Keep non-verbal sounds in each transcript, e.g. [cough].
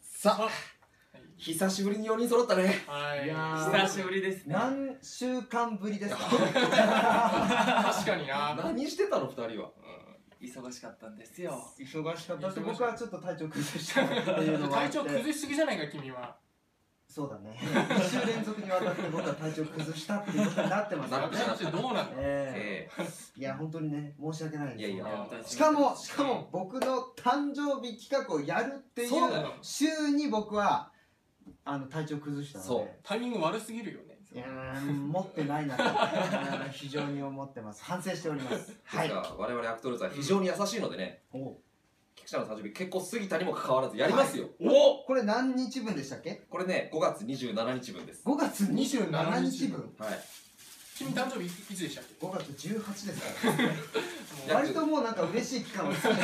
さあ久しぶりに4人揃ったねはいいやー久しぶりですね何週間ぶりですか確かにな何してたの2人は忙しかったんですよ忙しかったって僕はちょっと体調崩したっていうのがあっ体て調崩しすぎじゃないか君はそうだね2週連続にわたって僕は体調崩したっていうことになってますかならねて私たちどうなのえええいや本当にね申し訳ないですいやいやしかもしかも僕の誕生日企画をやるっていうそうなの週に僕はあの体調崩したのでそうタイミング悪すぎるよねいやー持ってないなと [laughs] あー非常に思ってます反省しておりますえはいですが我々アクトルーズは非常に優しいのでねお菊池さんの誕生日結構過ぎたにもかかわらずやりますよおこれ何日分でしたっけこれね5月27日分です5月27日分はい [laughs] 君誕生日いつでしたっけ5月18ですからねや割ともうなんか嬉しい期間を過ぎ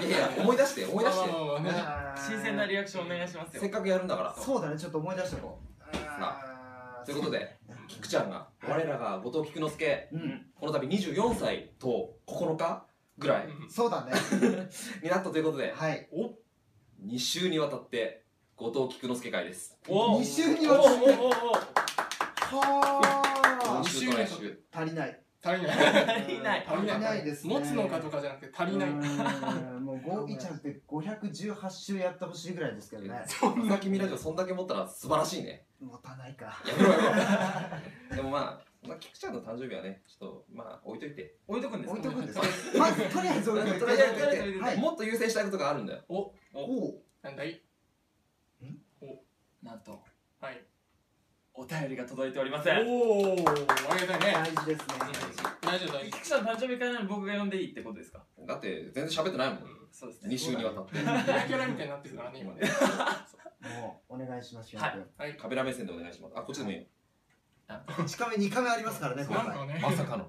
ていやいや思い出して思い出してまあまあまあね新鮮なリアクションお願いしますよせっかくやるんだからそうだねちょっと思い出してこうあーということで菊ちゃんが我らが後藤菊之助うんこの度24歳と9日ぐらいうんそうだねになったということではいお2週にわたって後藤菊之助会です2週におわたっおておおおは今ー週と来週足りない足りない足りない足りないですね持つのかとかじゃなくて足りないうーんもう5ちゃんって518週やってほしいぐらいですけどねさっき見ラジオそんだけ持ったら素晴らしいね持たな [laughs] いかやめろやめろでもまあまあ菊ちゃんの誕生日はねちょっとまあ置いといて置いとくんです置いとくんですかかまずとりあえず置いといてとりあえず置いといてはいもっと優先したいことがあるんだよおうなんだいなんとはいお便りが届いておりまおせんおありがたいね大事ですね大丈夫大丈菊池さん誕生日会なのに僕が呼んでいいってことですかだって全然喋ってないもんそうですね2週にわたって夫キャラキャラみたいになってるからね今ねもうお願いしますよはいはいカメラ目線でお願いしますあこっちでもいいよ近め2カメありますからねなんかねまさかの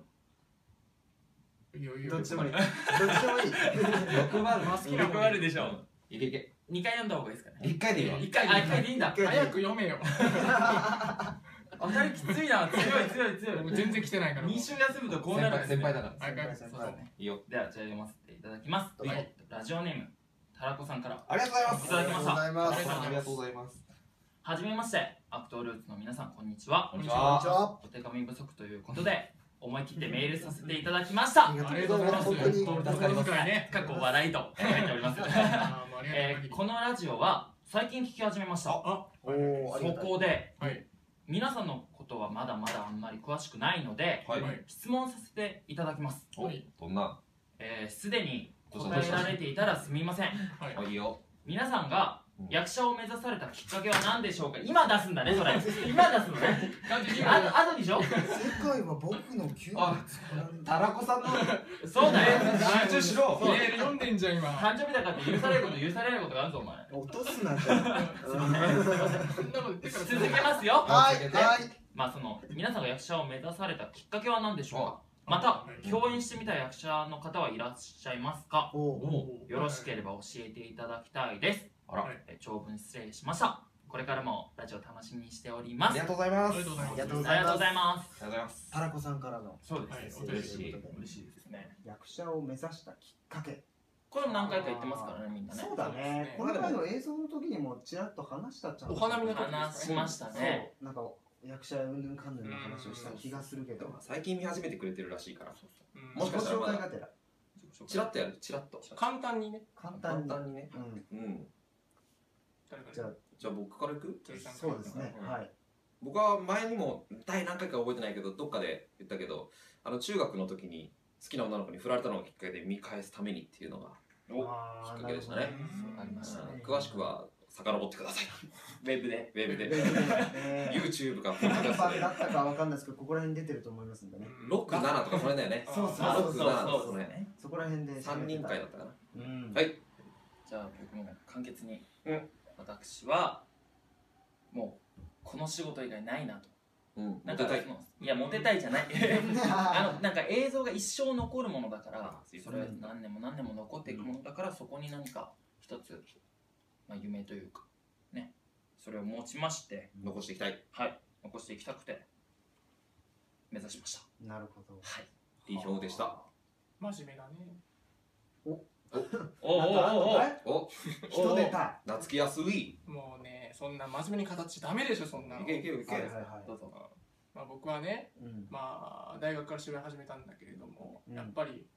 いいよいいよどっちでもいいどっちでもいい欲張る好きな欲あるでしょいけいけ2回読んだ方がいいですかね一回でいいわ1回あ一回でいいんだ [laughs] 早く読めよ当たりきついな強い強い強いもう全然来てないからもう2週休むとこう先なる輩んです先ね輩だからはいはい先輩先そう輩そうねいいよではじゃあ読ませていただきます、はいえっとラジオネームたらこさんからありがとういただきましたありがとうございますありがとうございますはじめましてアクトルーツの皆さんこんにちはこんにちこんはにちはお手紙不足ということで思い切ってメールさせていただきましたありがとうございます本当に本当に助かりますね過去笑いと書いております、あーもうありがえたい限ーりこのラジオは最近聞き始めましたあおおありそがとうこではい皆さんのことはまだまだあんまり詳しくないのではいはい質問させていただきますおどんなえーすで、に答えられていたらすみませんはいあいいよ皆さんがうん役者を目指されたきっかけは何でしょうか今出すんだねそれ今出すのねだって今ああとでしょ世界は僕の急あたらこさんのそうだよ集中しろメール読んでんじゃん今誕生日だからって許されること許されないことがあるぞお前落とすなじゃあそんなこと言ってから続けますよはいはいまあその皆さんが役者を目指されたきっかけは何でしょうかあまたうん共演してみた役者の方はいらっしゃいますかおおよろしければ教えていただきたいですあらはいえ長文失礼しましたこれからもラジオ楽しみにしておりまあすりあがとうございまあすりがとうございあますりがとうごりざいがとうまごすざいますありがとうございますタラコさんからのそうはいですおね便り嬉しい嬉しいですね役者を目指したきっかけこれも何回か言ってますからねみんなねそうだそうですねねこの前の映像の時にもちらっと話したじゃんお花見の時話しましたねそうなんか役者うんぬんかんぬんの話をした気がするけでもど最近見始めてくれてるらしいからうんもしかしたら紹介がてらチラッとやるチラッと簡単にね簡簡単に単にねうんうん誰かじゃあじゃあ僕から行く鳥さんからそうですねうんはい僕は前にも第何回か覚えてないけどどっかで言ったけどあの中学の時に好きな女の子に振られたのがきっかけで見返すためにっていうのがおあきーっかけでしたなねるありましたねうん詳しくは遡ってくださいウェブでウェブほどねでね YouTube かポッドキャ何スト番で [laughs] だったかわかんないですけどここら辺出てると思いますんでね67とかそれだよねそうそうあそうそ67とうかそうそれねそこら辺で3人会だったかなうんはいじゃあ僕も簡潔に、うん私はもうこの仕事以外ないなとうんモなんかテたいそのいやモテたいじゃないあのなんか映像が一生残るものだからあそれは何年も何年も残っていくものだから、そこに何か一つ、まあ、夢というかねそれを持ちまして残していきたいはい残していきたくて目指しましたなるほどはいいい表でした真面目だねおおおおおなんかお人ネタ。夏木安ウィもうね、そんな真面目に語っちゃダメでしょ、そんなの。いけいけるいけはいはいるはいどうぞまあ、僕はね、うん。まあ、大学から芝居始めたんだけれども、うんやっぱり、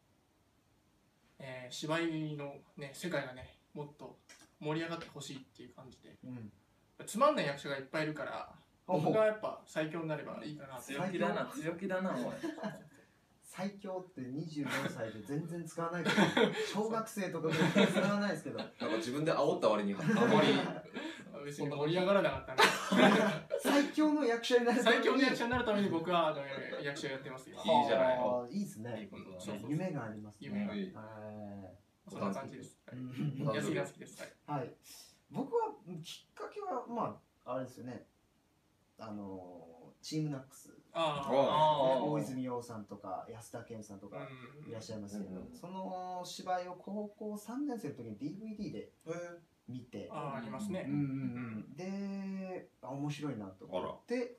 えー芝居の、ね、世界がね、もっと盛り上がってほしいっていう感じで、うん。つまんない役者がいっぱいいるから、お僕がやっぱ最強になればいいかなって。強気だな強気だなおい最強って24歳で全然使わないけど、小学生とか絶対使わないですけど、なんか自分で煽った割にあまり別に盛り上がらなかったな。最強の役者になるため最に強の役者になるために僕はあの役者をやってますよ。いいじゃないはあいいですいいね。ことだそうねそう夢がありますね。夢がいいはそんな感じです。いお誕生日安木が好きです。はいはい。僕はきっかけはまああれですよね。あのチームナックス、ね、ああー大泉洋さんとか安田顕さんとあ、かうんいらっしゃいますけど、うんその芝居を高校3年生の時に DVD で見て、ああ、ありますうねん。うんうん、であ面白いなと思って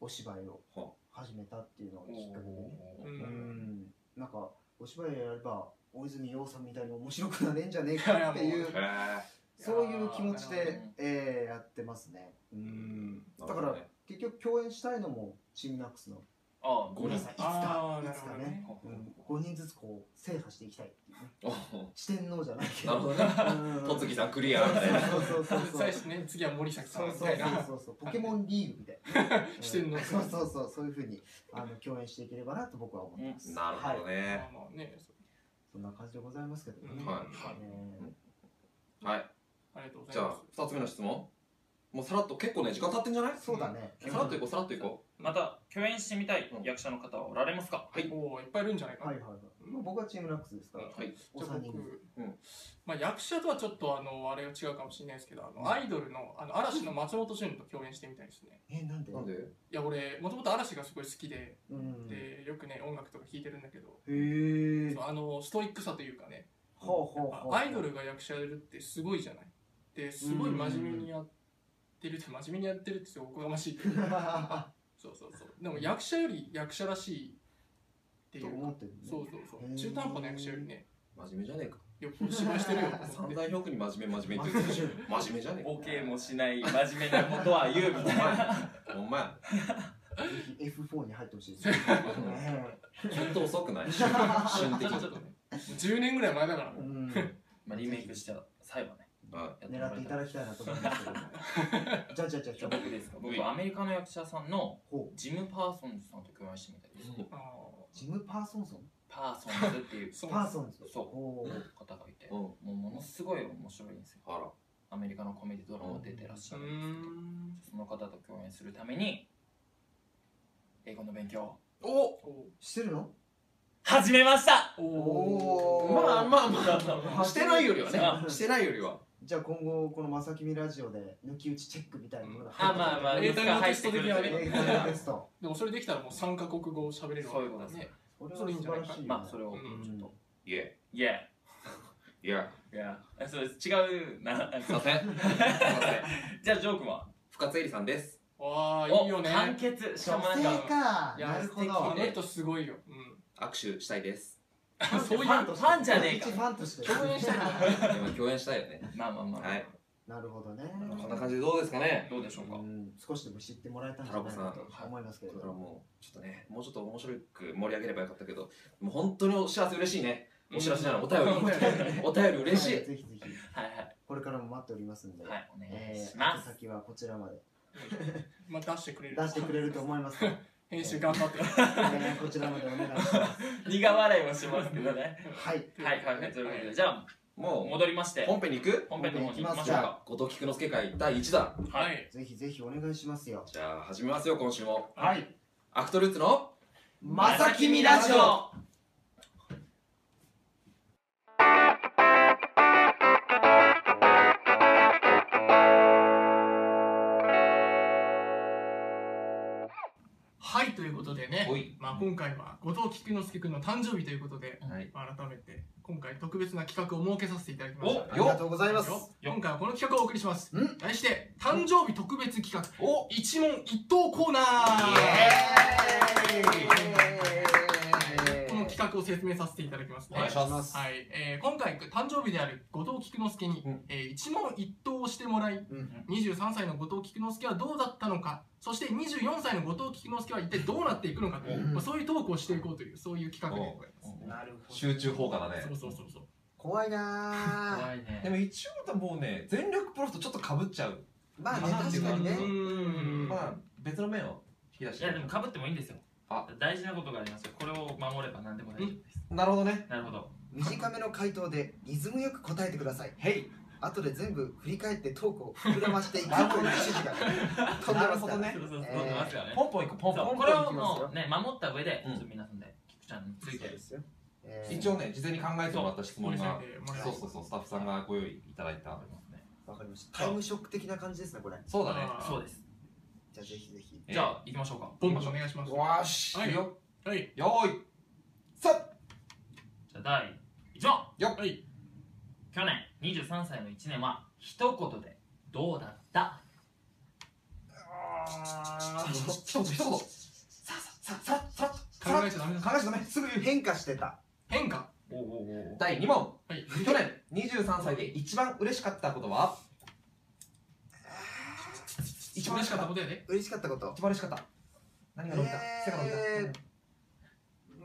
お芝居をは始めたっていうのがきっかけでね。ううんん、なんかお芝居やれば大泉洋さんみたいに面白くなれんじゃねえかっていういやへいやもうえそういう気持ちいやーなるほどでね、えーやってますね。ううんん。だから、結局共演したいのもチームナックスの。あごめんなさいつかあ、ーいなるつかほどねね。うん、5人ずつこう制覇していきたいっていうね。お四天王じゃないけど。なるほどねうん戸次さんクリアみたいなそうそうそうそう最。初ね、次は森崎さそんうみそうたいな。そうそうポケモンリーグみたいなうん [laughs] 四天王そうそうそうそういうふうにあの共演していければなと僕は思ってます、なるほどはい、まねあまあね、そうそんな感じでございますけどね、うんはいねはい、ありがとうごじざゃいあます。 2つ目の質問もうさらっと結構ね時間経ってんじゃないそうだね、さらっといこうさらっといこまた共演してみたい役者の方はおられますかはいおお、いっぱいいるんじゃないかは。ないはいはい。まあ僕はチームナックスですから、うはいおじゃあ三人僕、です。うんまあ役者とはちょっとあのあれが違うかもしれないですけど、あのアイドルのあの嵐の松本潤と共演してみたいですね。え、なんでなんでいや俺もともと嵐がすごい好きで、うん。へでよくね音楽とか聴いてるんだけど、ぇそうあのストイックさというかね、ほうほうあほう。アイ [laughs] ドルが役者やるってすごいじゃない。ですごい真面目にやってるって真面目にやってるってすごいおこがまし [laughs] いけどそうそうそう。でも役者より役者らしいっていとう思か。ってるね。そうそうそへーう。中途半端な役者よりね、真面目じゃねえかよっぽど芝居して [laughs] るよと思っ三て。大表に真面目真面目って言ってるし真面目じゃねえボケもしない真面目なことは言うみたいなかほんまやぜひ F4 に入ってほしいですね。ねちょっと遅くない瞬瞬的ちょっとね、10年ぐらい前だからう。ん。まあリメイクした際はねはやもら狙っえていたたらだきたいなと思いますけど。じゃあじゃあじゃあじじゃゃああ。僕ですか僕はアメリカの役者さんのほジム・パーソンズさんと共演してみたいですいあう。ジム・パーソンソンパーソンズっていうーそうパーソンズ。そうほう。方がいてうもんうものすごい面白いんですよあらアメリカのコメディドラマ出てらっしうゃーるんですけん。どその方と共演するために英語の勉強をおしてるの始めましたおお [laughs] ーまあまあまあししててなないいよよりりははねねしてないよりはじゃあ今後、このまさきみラジオで抜き打ちチェックみたいなものがあまあまあ英単語入ってくるとテ英いう語のテスト。でもそれできたらもう三カ国語を喋れるそういうことだですね。それはそれいいんじ素ゃない晴らかしいね。まあそれをうちんょっといえいやいやいやそれ違うな [laughs] すいませんすいませんじゃあジョー君は深津絵里さんですわあ、おいいよね。完結しかもなん女か性か。いやなるほあど。の人すごいよ。うん。握手したいです [laughs] そういうファンファンじゃねえ一フかァンとして。共演したいでも共演したいよねまあまあまあ、はいなるほどね。こんな感じでどうですかねどうでしょうかうん少しでも知ってもらえたんじゃないかなと思いますけれだどからも。もうちょっとねもうちょっと面白く盛り上げればよかったけどもう本当にお知らせ嬉しいねお知らせじゃないお便りお便り嬉しはいぜひぜひ、はいはいこれからも待っておりますんで、はいお願いえしー、ま宛す、先はこちらまで [laughs] まあ出してくれ出る。してくれると思いますから、編集頑張って。えーこちらまでお願いします。苦笑いもしますけどね [laughs] はい。はいはいはいということでじゃあも戻りましうて本編に行く本編の方に行きましじょうゃかあ後藤菊之助会第1弾はい。ぜひぜひお願いしますよ。じゃあ始めますよ今週もはい。アクトルーツのまさきみララジジオオはい、ということでねおい、まあ今回は後藤菊之助君の誕生日ということで、はいまあ改めて今回特別な企画を設けさせていただきました。おありがとうございます。よ今回はこの企画をお送りしますん。題して、誕生日特別企画、お一問一答コーナーイエーイこの企画画を説明させていただきますね。お願いしまはいえー今回誕生日である後藤菊之助に、うんえー一問一答をしてもらい、うん23歳の後藤菊之助はどうだったのかそして24歳の後藤菊之助は一体どうなっていくのかという、うんまあ、そういうトークをしていこうというそういう企画でございます。なるほど集中砲火だねそうそうそうそう怖いなぁ怖いねでも一応もうね全力プロフとちょっとかぶっちゃうまあね話確かにねううーんまあ別の面を引き出しいてやでもかぶってもいいんですよあ大事なことがありますよこれを守れば何でも大丈夫ですなるほどねなるほど短めの回答でリズムよく答えてくださいへい後で全部振り返ってトークを膨らましていくという指示が飛んでますからなるそうそうそう、えーどんどんますからねポンポンいくポンそポうンこれをもうね守った上で、うんちょっと皆さんで菊ちゃんのついてすよ、えー一応ね事前に考えてもらった質ご問めんなさがいねもらえそうそうそうスタッフさんがご用意いただいたわかりましたタイムショック的な感じですねこれそうだねあーそうですじゃあぜひぜひじゃあ行きましょうかボンとお願いします。よしはいいくよはいよーいさっじゃあ第1問はい去年23歳の1年は一言でどうだった一言一言ささささ考えちゃダメだ。考えちゃダメすぐ言う変化してた変化おおおお第2問はい去年23歳で一番嬉しかったことは一一番番嬉ししかかったったことやで。嬉しかったこと一番嬉しかった何が伸びたえー背が伸びた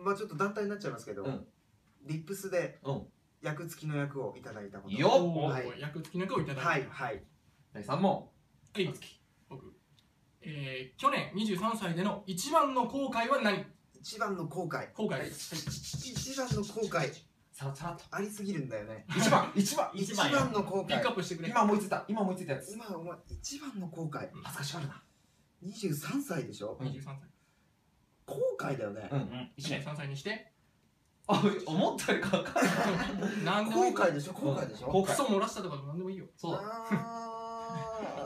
まあちょっと団体になっちゃいますけど、うんリップスでうん役付きの役をいただいたことよっおはー役付きの句をいただいて。はいはい第3問はい、僕、えー、去年23歳での一番の後悔は何一番の後悔後悔です。一番の後悔さらさらっとありすぎるんだよね一番一番一一番よ番の後ピッ悔クアップしてくれ。今思いついた今思いついたやつ今お前一番の後悔恥ずかしがるな23歳でしょ23歳。後悔だよねうんうん1年23歳にして、あ思ったよりかかる何でもい後い。悔でしょ後悔でしょ後クソ悔漏らしたとかでも何でもいいよ。そうだあ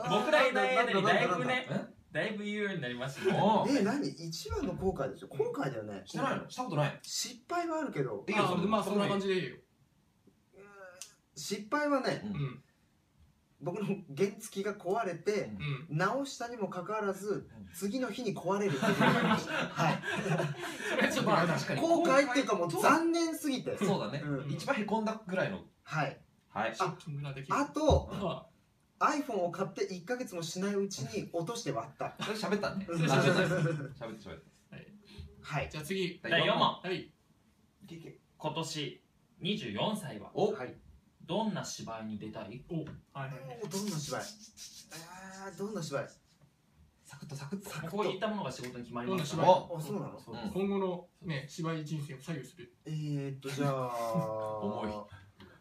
[laughs] ー僕らいない間にだいぶえねだいぶ言うようになりましたねおうえ何一番の後悔でしょ後悔だよねしてないのしたことない失敗はあるけどいいよあーまあそそんんななの感じでいいよ。失敗はねうん。うん。僕の原付が壊れて直したにもかかわらずん次の日に壊れるっていうのがありましたはいそれはちょっとまあ嫌だ確かに後悔っていうかもうそう残念すぎてそうだねうん一番へこんだぐらいのはいはいショッキングな出来あとあ iPhone を買って1ヶ月もしないうちに落として割ったそれ喋ったねうん喋ったね喋って喋っはいじゃあ次。た第4問はい。今年24歳はおはいどんな芝居に出たいおはいはいはい。おどんな芝居あーどんな芝居サクッとサクッとサクこういッったものが仕事に決まりますかどんらなおあそうなのそううん今後のね、芝居人生を左右する。えーっとじゃあ重い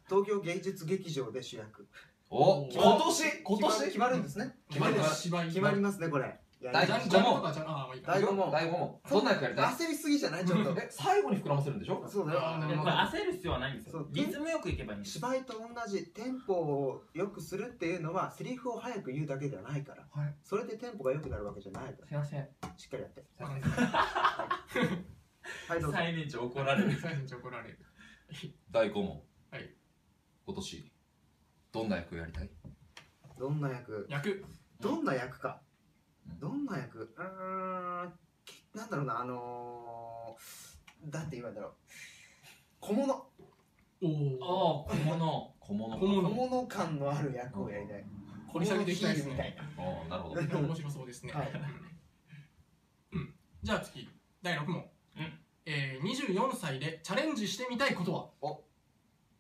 東京芸術劇場で主役お今年今決ま年決まるんですね決まります芝居。決まりますねこれいや大じゃん丈じゃんとかじゃん。ああ、まあいいか。第五問第5問どんな役やりたい焦りすぎじゃないちょ [laughs] っとえ最後に膨らませるんでしょそうだよあーなでるもほ [laughs] こどれ焦る必要はないんですそようリズムよくいけばいいんです芝居と同じテンポを良くするっていうのはセリフを早く言うだけじゃないから、はいそれでテンポが良くなるわけじゃないかすいませんらしっかりやってわかんないはいどうぞ最年長怒られる最初に怒られる。第5問はい今年どんな役をやりたいどんな役役。どんな役か、うんどんな役うーんけなんだろうなあのー、だって言えばいいんだろう小物おああお。小物小物小お小物。物感のある役をやりたい掘り下げていきたいです小物ヒールみたねい。ーななるほど面白そうですね。はいうん、じゃあ次、第6問。うんえー、24歳でチャレンジしてみたいことはお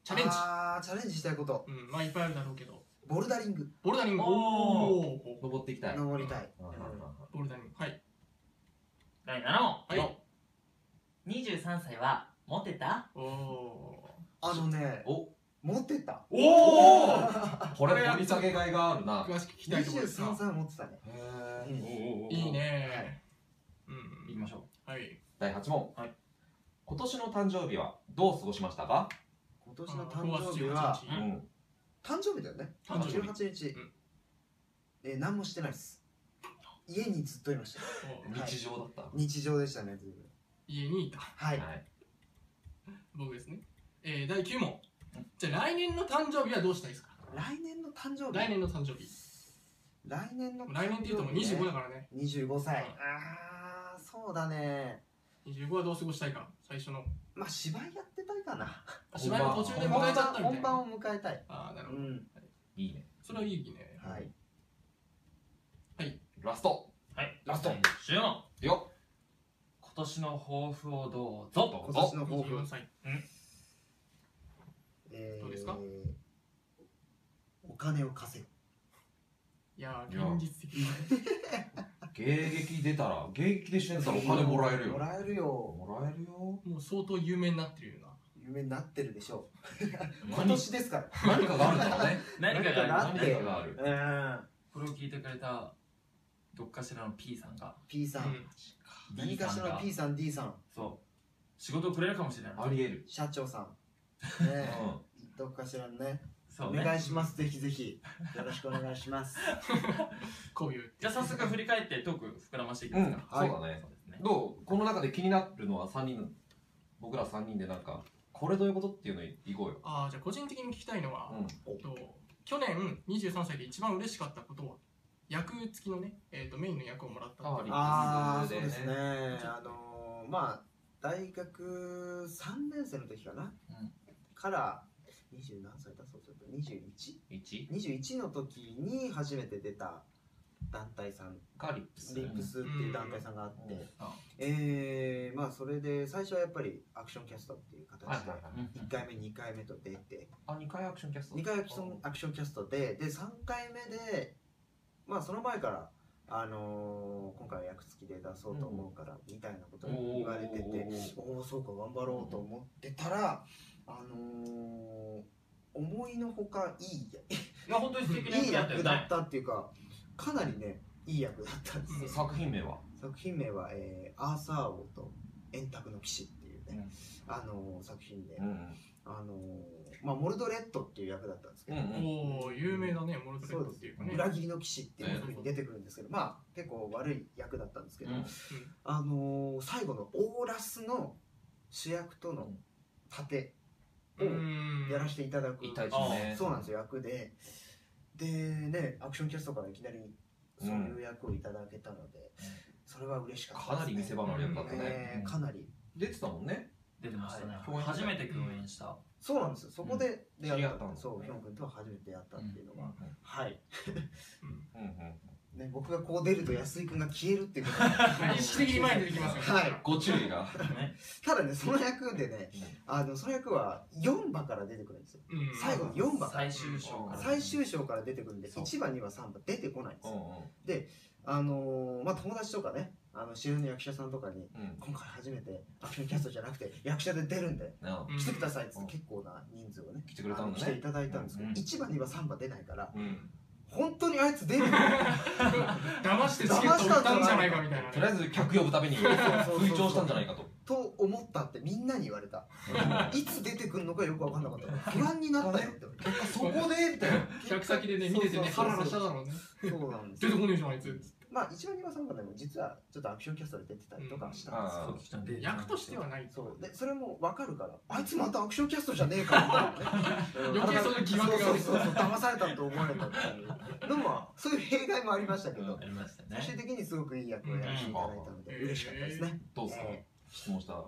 チャレンジ。あーチャレンジしたいことうん、まあいっぱいあるだろうけど。ボルダリングボルダリング。おーおー [laughs] 登っていきたい登りたい、うんうんうんボルダリング。はい。第7問はい。 23歳はモテたおおあのねお持ってたおおこれ掘り下げがいがあるなー。詳しく聞きたいところです23が。歳持ってたねへうーんいいはねー。行きうん。ましょはい。第8問はい今年の誕生日はどう過ごしましたか今年の誕生日は5月う18日ん誕生日だよね誕生日18日、うんえー何もしてないです家にずっといましたおー日常だった日常でしたねずいぶん家にいた。はいはい僕ですね。えー、第9問うん。じゃあ来年の誕生日はどうしたいですか来年の誕生日来年の誕生日。来年の誕生日、来年って言うともう25だかからね。ら25歳、うんああーそうだね25はどう過ごしたいか最初のまあ芝居やってたいかなあ芝居の途中で迎えちゃったみたい本な番を迎えたいああなるうほどんいいねそれはいいねはいラストはいラスト注文よ今年の抱負をどうぞ今年の抱負24歳えーどうですかお金を稼ぐいやいやー現実的芸劇出たら芸劇で死んでたらお金もらえるよもらえるよもらえるよもう相当有名になってるよな夢になってるでしょう今何年ですか何かがあるんだろうね何かがある何か何かがあってがあるらうんこれを聞いてくれたどっかしらの P さんが P さうんん何 D かさしんらのが P さん D さんそう仕事をくれるかもしれないありえる社長さんうねんどっかしらのねそうおね願いしますぜひぜひよろしくお願いしますこういうじゃあ早速振り返ってトーク膨らましていきますか、うんそうだねそうですねどうこの中で気になるのは3人の僕ら3人でなんかこれどういうことっていうのいこうよ、ああじゃあ個人的に聞きたいのは、うん、えっと去年23歳で一番嬉しかったことは役付きのね、えっとメインの役をもらったっていうああリそうックでスすでねねあのーまあ大学3年生の時かな、うんから20何歳だそうすると 21?21 1の時に初めて出た団体さんかリップスリップスっていう団体さんがあって、うんえーまあそれで最初はやっぱりアクションキャストっていう形はいはいではいうん1回目2回目と出てあ2回アクションキャスト2回アクションアクションキャストでで3回目でまあその前から、あのー今回は役付きで出そうと思うからみたいなことを言われててておおそうか頑張ろうと思ってたらあのー思いのほかいいいや本当に素敵ないい役だったよ役だっねたっていうかかなりねいい役だったんですよ作品名は作品名は、えーアーサー王と円卓の騎士」っていうね、あのー作品で、うんうんあのーまあ、モルドレットっていう役だったんですけうんど、うんおお有名だねモルトレットっていうかね裏切りの騎士っていうふうに出てくるんですけど、まあ結構悪い役だったんですけど、うんあのー最後のオーラスの主役との盾うをんやらせていただく、一対一ねそうなんですよ役ででねアクションキャストからいきなりそういう役をいただけたので、それは嬉しかかったなり見せ場のある役だったね、えーかなり出てたもんね出てましたねはい共演初めて共演したそうなんですよ。そこで出会知りっ合た。ったんですねそう、ヒョン君とは初めてやったっていうのが、はい。うんうんね、僕がこう出ると安井君が消えるっていうことが [laughs] 意識的に前に出てきますよねはいご注意がねただね、その役でね、あの、その役は4番から出てくるんですよ。うん最後の4番。最終章から最終章から出てくるんで、そう1番、2番、3番出てこないんですうんよ。あのー、まあ、友達とかね、あの、知り合いの役者さんとかに、うんうん今回初めてアクションキャストじゃなくて役者で出るんでなうん来てくださいっつっうんて結構な人数をね来てくれたんあのだ来ていねただいたんですけどうんうん1番2番3番出ないからうん本当にあいつ出 [laughs] るんだ騙してチケット売ったんじゃないかみたいなねとりあえず客呼ぶためにそうそう吹聴したんじゃないかとと思ったってみんなに言われたいつ出てくるのかよく分かんなかった不安になったよってそこでみたいな客先でね見ててねそハうラそうハラしそたうだろうねそうなんです出てよこねえじゃんあいつまあ一番庭さんがでも実はちょっとアクションキャストで出てたりとかしたんですあそうー聞きたんで役としてはないよ、そうでそれも分かるからあいつまたアクションキャストじゃねえかみたいな、ね [laughs] 余計その疑惑がそうそうそうそう騙されたと思われたっていうのもそういう弊害もありましたけど、ありましたね最終的にすごくいい役をやらせていただいたのでうん嬉しかったですね、どうですか質問した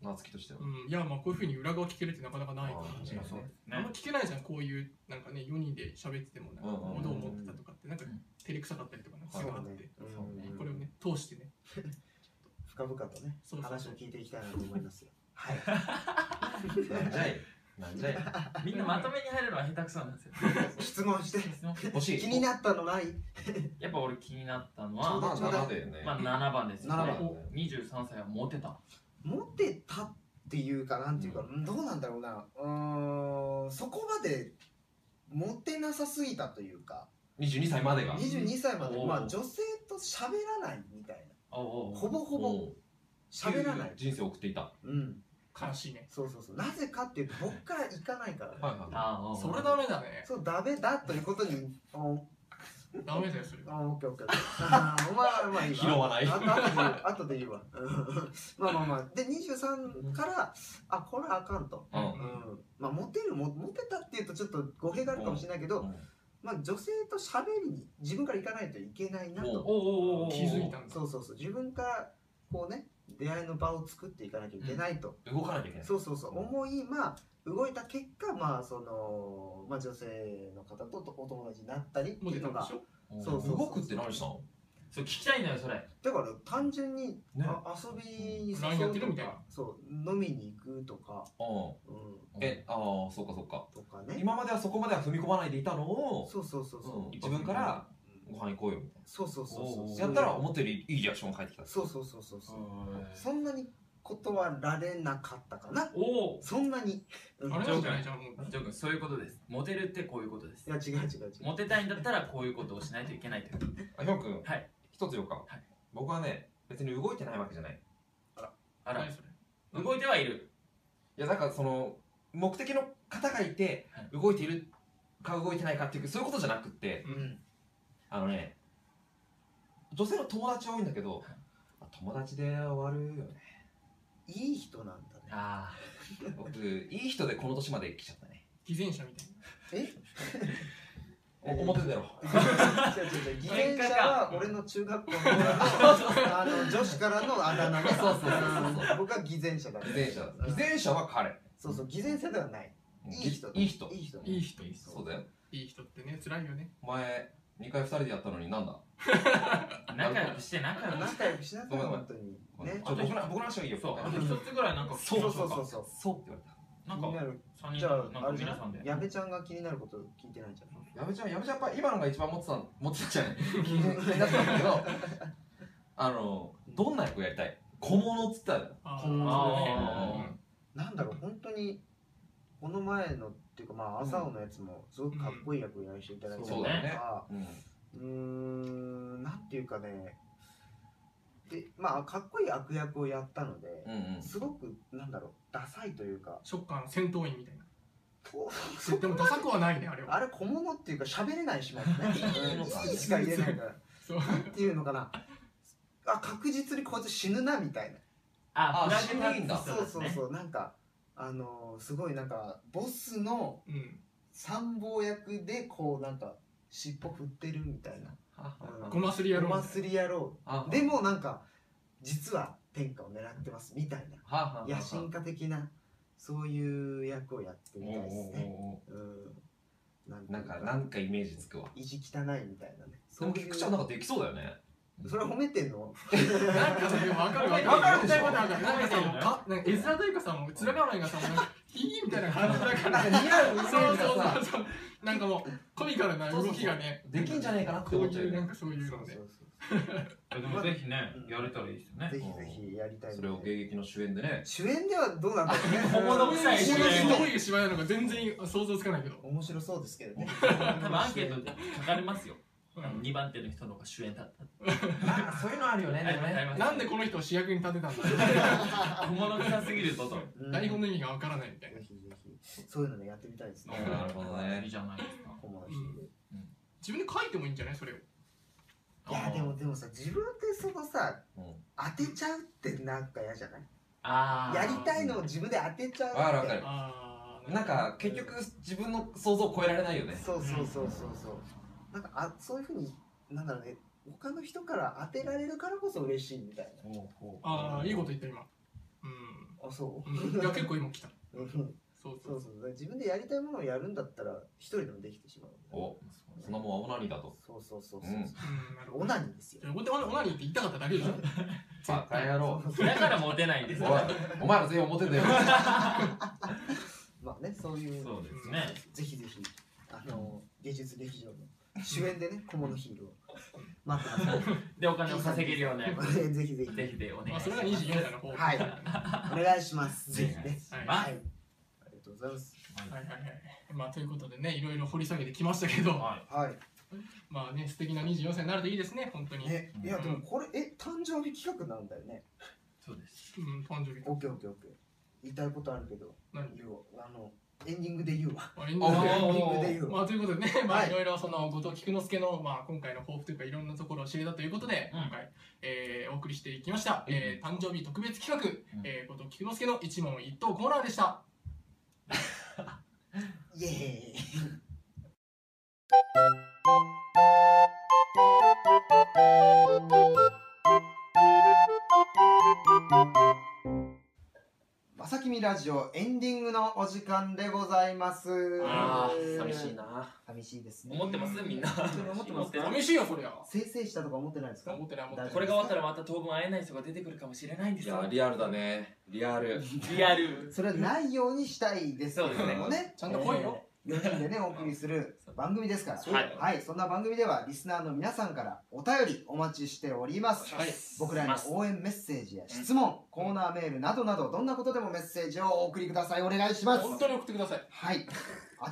夏希としてはうんいやまあこういうふうに裏側聞けるってなかなかないからあーねそうですあんまね聞けないじゃんこういうなんかね4人で喋っててもなんかうんうんうんどう思ってたとかってなんかうん照れくさかったりとかなんかそすうごかっねてそうねこれをね通してね深々とねそうそう話を聞いていきたいなと思いますよはいなんじゃいなんじゃいみんなまとめに入るのは下手くそなん [laughs] ですよ質問して欲しい気になったのないやっぱ俺気になったのまあはまあ7だよねまあ7番ですよ七ね番23歳はモテたモテたっていうかなんていうか、うんどうなんだろうなうーんそこまでモテなさすぎたというか22歳までが22歳までおーまあ女性と喋らないみたいおうおなうほぼほぼおう喋らない人生を送っていたうん悲しいねそうそうそうなぜかっていうと僕から行かないから、はいはいああおうおうそれダメだねそうダメだということにあダメだよそれあオッケーオッケーオッケーあーまあまあいいわ拾わないああとで言うわあとで言うわうんまあまあまあで23からあこれあかんとうんうんまあ、モテるもモテたっていうとちょっと語弊があるかもしれないけど、まあ、女性と喋りに自分から行かないといけないなおとおうおううおうおう気づいたんだそうそうそう自分からこうね出会いの場を作っていかなきゃいけないと、動かなきゃいけないそうそうそう思いまあ動いた結果まあその、まあ、女性の方とお友達になったりってもうい出たんうのでがしょうんそうそうそう動くって何したのそれ聞きたいんだよそれだから単純に、ねあ遊びに何やってとるみたいかなそう飲みに行くとか、ううんんえああそうかそうかとかね今まではそこまでは踏み込まないでいたのをそうそうそうそう、うん自分からうんご飯行こうよみたいそうそうそうそうなやったら思ったよりいいリアクションが返ってきたそうそうそうそうそうおそんなに断られなかったかなおそんなに、うんあれちょなんじゃないじゃんもうージョー君そういうことですモテるってこういうことですいや違う違う違うモテたいんだったらこういうことをしないといけないというあひょんくんはい一つようかい僕はね別に動いてないわけじゃないあら何それうん動いてはいるいやなんかその目的の方がいてはい動いているか動いてないかっていうそういうことじゃなくってうんあのね女性の友達多いんだけど友達で終わるよねいい人なんだねあ僕いい人でこの年まで来ちゃったね偽善者みたいえ [laughs] お表出ろ違う違う違う偽善者は俺の中学校の頃のあの女子からのあだ名ねそうそうそうそうそう僕は偽善者だ偽善者だ偽善者は彼そうそう偽善者ではないいい人いい人いい人な。いい人。そうだよいい人ってね、辛いよね。お前2回2人でやったのになんだあ仲良くして仲良くして仲良くしなさいごめんごめん本当にねちょ僕の僕の話はいいよそうあはとい一つぐらいなんかそうそうそうそうそうそうって言われたなん気になかる三じ人なゃんあかあれじゃ皆さんなでい矢部ちゃんが気になること聞いてない [laughs] んじゃない矢部ちゃん、矢部ちゃんやっぱ今のが一番持ってたの、持ってた [laughs] じゃない気に気になってたんだけど、あの、どんな役やりたい小物っつったら、あこんなああーなんだろう本当にこの前のっていうかまあ朝尾のやつもすごくかっこいい役をやらせていただいたりとそうだよねかうん、うーんなんていうかねでまあかっこいい悪役をやったのでうんうんすごくなんだろうダサいという [laughs] かショッカーの戦闘員みたいな。とでもダサくはないね、あれは。あれ小物っていうか喋れないしますねうんいいしか言えないからそうなんていうのかなあ確実にこいつ死ぬなみたいなああフラグ立死んでいいんつだ人そうですそねうそうなんかあのーすごいなんかボスのうん。参謀役でこうなんか尻尾振ってるみたいなうんごますりやろうごみたいまな。すり野郎あで、もなんか実は天下を狙ってますみたいなはあはあはあ野心家的なそういう役をやってみたいですね。うん、なんていなうんか、なんかイメージつくわ。意地汚いみたいなね。でも、菊ちゃんなんかできそうだよね。それ褒めてんの？なんかでも分かる分かる分かるでしょ絶対分かるなんかさもうかなんか絵面というかさもう面構えがさもうなんかいいみたいな感じだからなんか似合うイメそうそージがさう、そうそうなんかもうコミカルな動きがねできんじゃねえかなってこう思っちゃういうよなんね。かそういうのでそえでもぜひねうんやれたらいいですよねぜひぜひやりたいので。それを芸劇の主演でね、主演ではどうなんだろうね。本物臭い主し演ねがどういう芝居なのか全然想像つかないけど面白そうですけどね。多分アンケートで書かれますようん2番手の人の方が主演だったまあ、そういうのあるよ [laughs] ね、でもね。なんでこの人を主役に立てたんだ小物臭すぎるぞとうん台本の意味が分からないみたいなぜひぜひそういうのねやってみたいですね。なるほどねいいじゃないですか小物してる自分で書いてもいいんじゃないそれをいやでもでもさ自分でそのさうん当てちゃうってなんか嫌じゃない？あーやりたいのを自分で当てちゃうって。わかるわかる。あーなんか、結局、自分の想像を超えられないよね。そうそうそうそうそう。なんかあそういうふうになんだろうね他の人から当てられるからこそ嬉しいみたいああいいこと言った今うんな。あそうんいや結構今来たう。うんそうそそううそう。だから自分でやりたいものをやるんだったら一人でもできてしまう。お、そんなもんはオナニーだと。そうそうそうそううんうんなるほオナニーですよ。どこってオナオナニーって言いたかっただけでしょバカ野郎。そうそうだからモテないんですよおい、お前ら全員表出ろ。まあねそういうそうですねぜひぜひあの芸術劇場の主演でね小物ヒールを待ってますでお金を稼げるようなやつので [laughs] ぜひぜひぜひでお願いしままあすそれが24歳の方はいお願いします。ぜひお願ね。はいまはすはい。ありがとうございます。いはいはいまあということでねいろいろ掘り下げてきましたけどははい。まあね素敵な24歳になるといいですね本当にね、うんいやでもこれえ誕生日企画なんだよね。いそうですうん誕生日オッケーオッケーオッケー。言いたいことあるけど何言うわあのエンディングで言うわ。まあエンデオッケーィングエンディングでで言うまあということでねまはあいいろいろその後藤菊之助のまあ今回の抱負というかいろんなところを知れたということでうん今回えーお送りしていきましたえー誕生日特別企うん画えー後藤菊之助の一問一答コーナーでしたイエーイ。みラジオエンディングのお時間でございます。あー寂しい。な寂しいですね。思ってますみんな本当に思ってますか寂しいよそりゃ生成したとか思ってないですか思ってない思ってないこれが終わったらまた当分会えない人が出てくるかもしれないんでいすやよリアルだねリアルリアルそれはないようにしたいですけれどもね。ちゃんと来いよ。 4人でね、お送りする番組ですから。はいはい、そんな番組ではリスナーの皆さんからお便りお待ちしております。はい僕らへの応援メッセージや質問、コーナーメールなどなど、どんなことでもメッセージをお送りください。お願いします。本当に送ってくださいはい。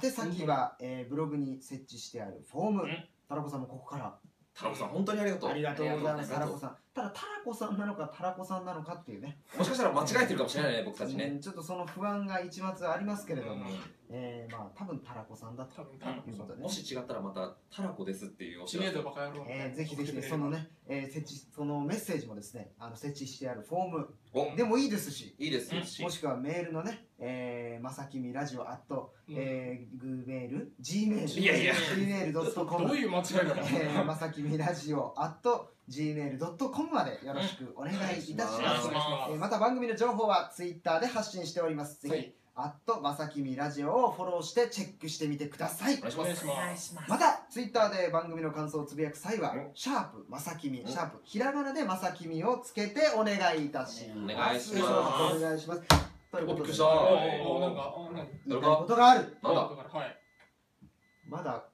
宛先は、えーブログに設置してあるフォームん。タラコさんもここから。タラコさん本当にありがとうありがとうございます。タありがとラコうさん。ただ、タラコさんなのか、タラコさんなのかっていうね。もしかしたら間違えてるかもしれないね僕たちうねんちょっとその不安が一末ありますけれどうもん、えー、まあ、多分タラコさんだと多分多分いうことでねも。し違ったらまたタラコですっていうお知知ら名せ度バカ野郎えーぜひぜひね、そのね、えー設置、そのメッセージもですね、あの設置してあるフォームおでもいいですし、いいですうんしもしくはメールのね、えー、まさきみラジオアット、うんえー、グーメール、G メール、いやいや Gmail.com どういう間違いだろうえーまさきみラジオ at gmail.com までよろしくお願いいたしまおす。願いしまえーまた番組の情報はツイッターで発信しております。ぜはひい、アットまさきみラジオをフォローしてチェックしてみてくださいお。願いしおま願いすしますしままた、ツイッターで番組の感想をつぶやく際はうん、シャープまさきみう、んシャープひらがなでまさきみをつけてお願いいたします。お願いしますお願いします。ということおびっくでりし、あたーなんかあ何言いたいことがある。なんだだからはいまだ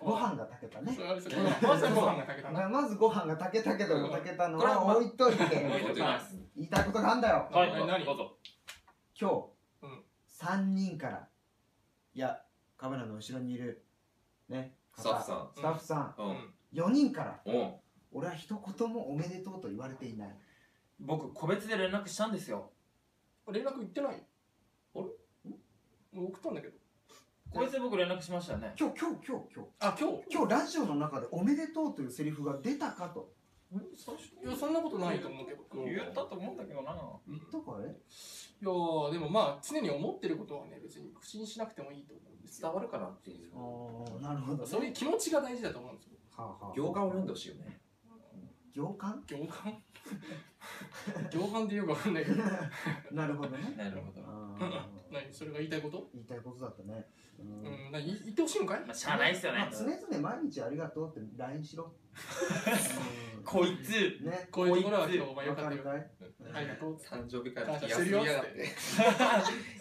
ご飯が炊けたね。そうあれそうご飯まずご飯が炊けたなままずご飯が炊けたけどうん炊けたのこれははまあ置いといておめでとうございます言いたいことがあんだよはいえ何どうぞ今日、うん三3人からいやカメラの後ろにいるねスタッフさんスタッフさん、ううんん4人からうん俺は一言もおめでとうと言われていない僕個別で連絡したんですよ連絡行ってないあれもう送ったんだけど個別で僕連絡しましたよね今日今日今日今日あ今日今日ラジオの中で「おめでとう」というセリフが出たかといやそんなことないと思うけどいやと思うんだけどなどこへーでもまあ常に思ってることはね別に口にしなくてもいいと思うんです伝よわるかなっていうあーなるほど、ね、そういう気持ちが大事だと思うんですよはあはあ行間を読んでほしいよね行間行間 [laughs] 行間でよくわかんないけどなるほどねなるほどあ [laughs] ー何それが言いたいこと言いたいことだったねううんん何言言ってほしいのかいまあしゃあないっすよまねあ常々毎日ありがとうって LINE [laughs] しろ。うこいつんね。こういうところは今日お前よわかかったるよかいありがとう誕生日会のの時時休休みみややががっって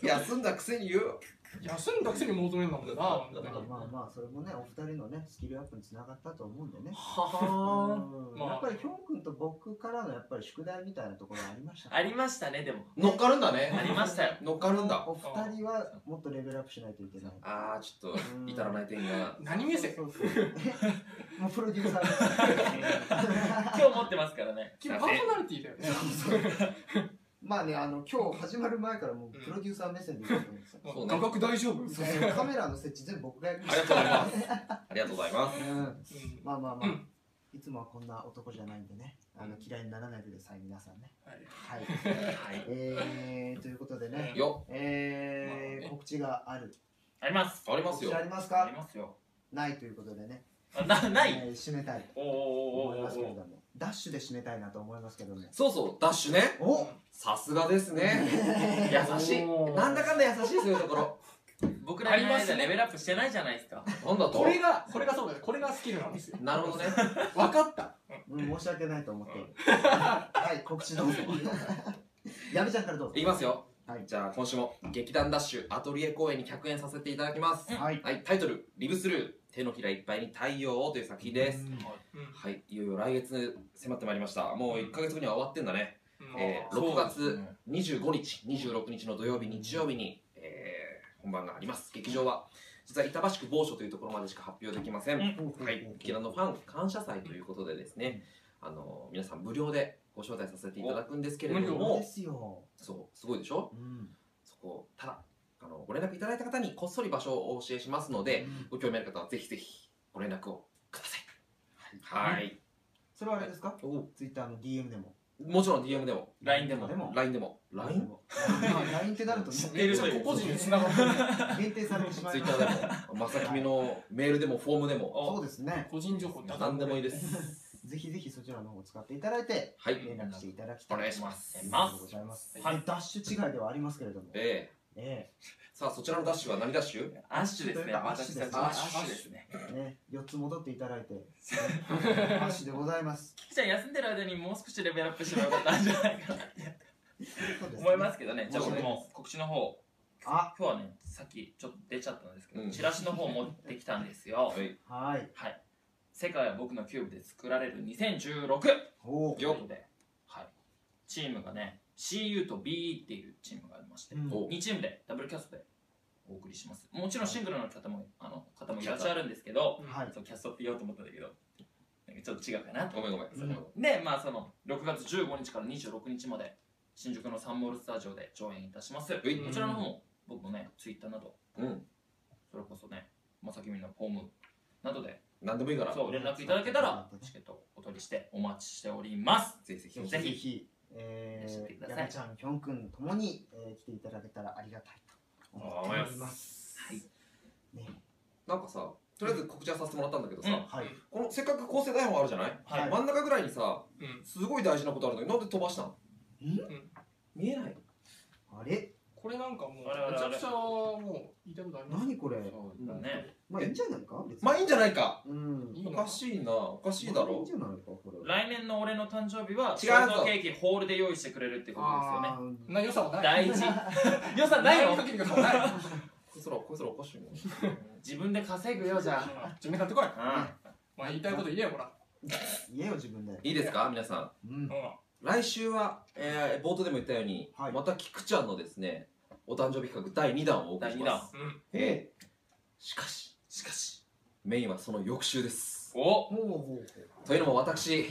て休んだくせに言う休んだくせに求めるんだもんな本当まあにまあまあ、それもね、お二人のね、スキルアップにつながったと思うんでね。はうんまあやっぱりヒョン君と僕からのやっぱり宿題みたいなところありましあたありましたねで [laughs] も乗っかるんだありねましたよ乗っかるんだお二人はもっとレベルアップしないといけない。あーちょっと至らない点が何目線そうそうそうえもうプロデューサー [laughs] 今日持ってますからね君パーソナリティだよねまあね、あの、今日始まる前からもうプロデューサー目線でいこうと思ってた。そうね画角大丈夫みそたういなカメラの設置全部僕がやりまありがしとうございた。ますありがとうございますうんうんまあまあまあ、うんいつもはこんな男じゃないんでね、あの嫌いにならないでください、皆さんね。はいはい。はえー、ということでねい、よえーまあね告知がある。ありますありま告す知よありますありかますよないということでね、あなないえー締めたいとおー思おーおーいおますけれーどおも、ダッシュで締めたいなと思いますけどね。そうそうダッシュねおさすがです [laughs] ね優しおいーなんだかんだ優しいそういうところー僕らありま今すねレベルアップしてないじゃないですかなんだとこれがこれがそうだよこれがスキルなんですよなるほどね分かったうん、申し訳ないと思ってる。はい、告知どうぞ。やべちゃんからどうぞ。いきますよはいじゃあ今週も劇団ダッシュアトリエ公演に客演させていただきますはい。はいタイトル「リブスルー手のひらいっぱいに太陽を」という作品ですうんうんはい、いよいよ来月迫ってまいりました。もう1ヶ月後には終わってんだね。うんえーそう6そうです月ね25日、26日の土曜日、日曜日に、えー本番があります。劇場は、実は板橋区某所というところまでしか発表できません。うんはい、劇団のファン感謝祭ということでですね、あのー皆さん無料でご招待させていただくんですけれどそうでも、すよ。そう、すごいでしょうん。そこ、ただ、あの、ご連絡いただいた方にこっそり場所をお教えしますので、ご興味ある方はぜひぜひご連絡をください。はい。それはあれですかおツイッターの DM でも。もちろん DM でも LINE でもでも LINE でも LINE? まあ LINE ってなるとね知っていめっるちとゃいう個々人に繋がってる限定されてしまいま Twitter すでもまさきみのメールでもフォームでもそうですね個人情報何でもいいですぜひぜひそちらの方を使っていただいてはい、連絡していただきたおい願いとします。しますございますはいはいダッシュ違いではありますけれどもええええさあ、そちらのダッシュは何ダッシュアッシュですね。アッシュ私ですねたちアッシュですね。ね4つ戻っていただいてねダッシュでございますキキちゃん休んでる間にもう少しレベルアップしてもよかったんじゃな [laughs] いかなってそうですね思いますけどね。じゃあそう僕ですねも告知の方、あ今日はね、さっきちょっと出ちゃったんですけど、うんチラシの方持ってきたんですよ。 [laughs] はい。はいはい。世界は僕のキューブで作られる2016おおということで、はい。チームがね、CU と BE っていうチームがありまして、うんお2チームでダブルキャストでお送りします。もちろんシングルの方も、あの方もいらっしゃるんですけど、はいそうキャストって言おうと思ったんだけど、なんかちょっと違うかなとごめんごめん。うんで、まあ、その6月15日から26日まで新宿のサンモールスタジオで上演いたします。こいちらの方も僕もね、ツイッターなど、うん。それこそね、まさきみのフォームなどで、何でもいいから、そう、連絡いただけたら、チケットをお取りしてお待ちしております。ぜひぜひぜ。ひぜひ、えいらっしゃってくだー、さい山ちゃん、きょんくんともに、えー、来ていただけたらありがたいと思っております。はい。ね、なんかさ、とりあえず告知はさせてもらったんだけどさ、うんはい。このせっかく構成台本あるじゃない、はい真ん中ぐらいにさ、うんすごい大事なことあるのになんで飛ばしたのん見えないあれこれなんかもうめあれあれちあゃれくちゃもう言いたいことあります何これそうだね。まあいいんじゃないか別にまあいいんじゃないかうん。いいおのかしいな、おかしいだまあいいんろじゃないかこれ。来年の俺の誕生日は、違シうぞョートケーキホールで用意してくれるってことであーな良さはない大事すよ [laughs] ね。予算ないのかけるないこいつら、こいつらおかしいな自分で稼ぐよ、じゃ自分で買ってこいあ。まあ言いたいこと言えよほら言えよ自分で。いいですか皆さんうん。来週は、えー、冒頭でも言ったように、はいまた菊ちゃんのですねお誕生日企画第2弾をお送りしますうんえーしかししかしメインはその翌週ですうん。おほうほうほう。というのも私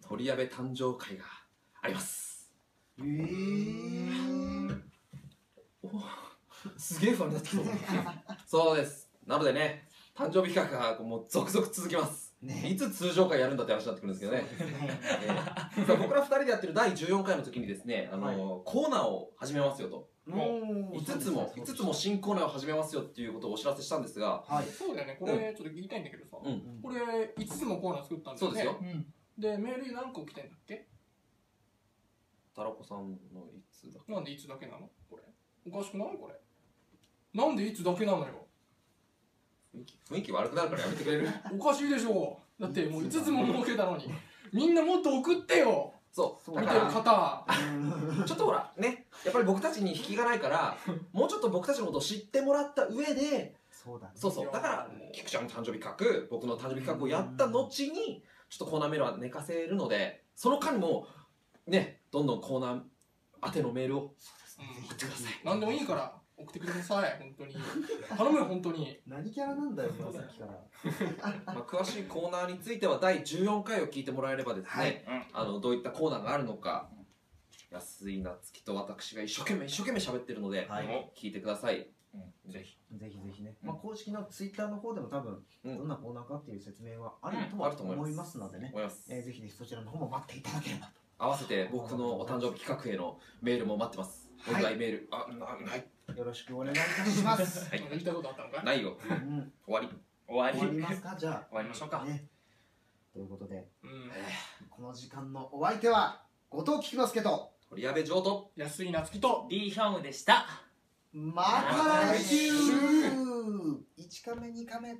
鳥矢部誕生会がありますえー。すげえ不安になってきたそうですなのでね誕生日企画がもう続々続きますいね。つ通常会やるんだって話になってくるんですけどねえーさあ僕ら2人でやってる第14回の時にですね、あのーはいコーナーを始めますよとも5つも5つも。そうです新コーナーを始めますよっていうことをお知らせしたんですがはい。そうだよねこれちょっと言いたいんだけどさうんうんこれ5つもコーナー作ったんだそようねですようん。でメール何個来てんだっけたらこさんのいつだなんでいつだけなのこれおかしくないこれなんでいつだけなのよ雰囲気雰囲気悪くなるからやめてくれるおかしいでしょだってもう5つも儲けたのにみんなもっと送ってよそうそうだ見かてるら方ちょっとほらねやっぱり僕たちに引きがないからもうちょっと僕たちのことを知ってもらった上でそうだね。そうそうだから菊ちゃんの誕生日企画僕の誕生日企画をやった後にちょっとコーナーメールは寝かせるのでその間にもねどんどんコーナー宛てのメールをうん送ってください何でもいいから送ってください本当に頼むよ本当に何キャラなんだよ、今さっきから。まあ、詳しいコーナーについては第14回を聞いてもらえればですね、はいうんあのどういったコーナーがあるのか、安井夏樹と私が一生懸命一生懸命喋ってるので、はい聞いてください。うんぜひ。ぜひぜひね、うんまあ、公式のツイッターの方でも多分、うんどんなコーナーかっていう説明はあるとうんあはると思います思いますのでね、思います。えーぜひぜひそちらの方も待っていただければと。合わせて僕のお誕生日企画へのメールも待ってます。おはい祝いメール、あ、なない、よろしくお願いいたします。はい言いたいことあったのかいないよ、うん、終わり。終終わわり。り終ますか、じゃわりましょうあ。か。ね、ということで、うんこの時間のお相手は、後藤菊之助と、鳥矢部譲渡。安井夏樹と D ヒョンウでした。また来週また来 !1 カメ、2カメ、